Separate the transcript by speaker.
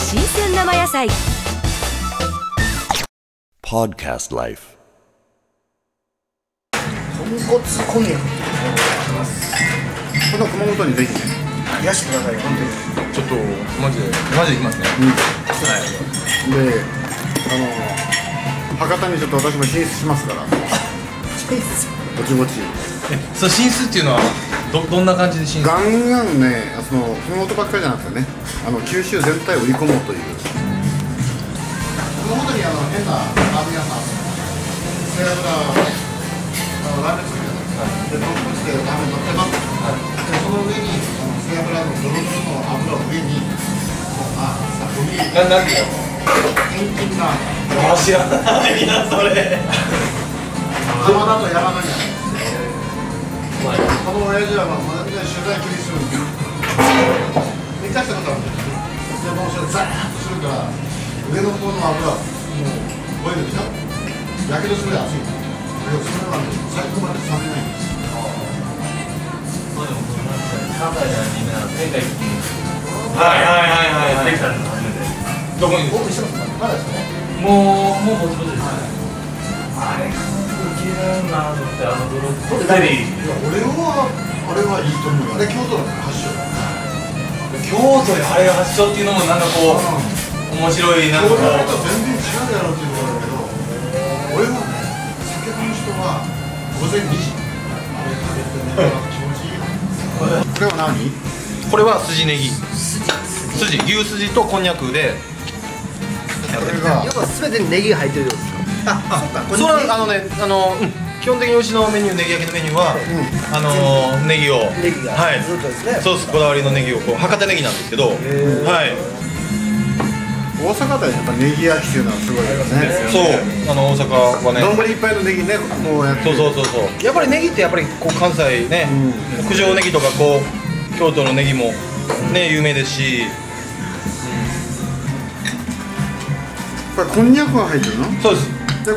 Speaker 1: 生野菜
Speaker 2: Podcast Life.
Speaker 3: 豚骨こんにゃく
Speaker 4: この熊本にぜひね
Speaker 3: いらしてください本当に
Speaker 4: ちょっとマジでマジで行きますねはいであの博多にちょっと私も進出します からぼちぼち
Speaker 5: その進出っていうのはどどんな感じで進出
Speaker 4: ガンガンねその熊本ばっかりじゃなくてねあの九州全体を売り込もうという熊本にあの変なラーメン屋さんそれからあのラーメン作りだで豚骨でラーメン乗ってます、でその上にあの背脂のドロドロの油を上にこうあさごみ
Speaker 5: ななんてい
Speaker 4: 遠近ラーメン
Speaker 5: うの知らないなそれ
Speaker 4: 山田と山田にこの親父はまあ、みんな取材気にするんですよ。見返したことあるんですよ。で、もうそれザーッとするから、上の方の油、もう、ボイルでしょやけどするぐらい熱い。だけど、それはね、最後まで冷めないんですよ。
Speaker 5: はいはいはいはいできたの初めてどこに
Speaker 4: 僕、一緒にまだですね。
Speaker 6: もう、もうぼちぼちです。あれ、すげえなと思って、あのドロップ。ゼリー。
Speaker 4: いや、俺は、あれはいいと思うよ。あれ、京都だから、発祥。
Speaker 5: 京都であれが発祥っていうのもなんかこう面白いな
Speaker 4: 俺
Speaker 5: んかこ
Speaker 4: らと
Speaker 5: う
Speaker 4: 全然違うやろうっていうことだけど、俺はね、酒飲む人は午前2時、あれ食べてね、気持ちいいよ。これは何
Speaker 5: これは筋ネギ筋牛筋とこんにゃくで
Speaker 4: これが
Speaker 3: 要は全てにネギが入ってるってことですかあ、そっかこ
Speaker 5: それはあのねあの、うん基本的にうちのメニューネギ焼きのメニューは、あのネギを
Speaker 3: ネギが
Speaker 5: はい
Speaker 3: ずっとですね
Speaker 5: そうですこだわりのネギをこう博多ネギなんですけどはい
Speaker 4: 大阪ではやっぱネギ焼きっていうのはすごいよね
Speaker 5: そうあの大阪はね
Speaker 4: 丼いっぱいのネギね、もうやって
Speaker 5: そうそう
Speaker 4: う
Speaker 5: そうそうやっぱりネギってやっぱりこう関西ね、九条ネギとかこう京都のネギもね有名ですし
Speaker 4: これこんにゃくが入ってるので、
Speaker 5: そうです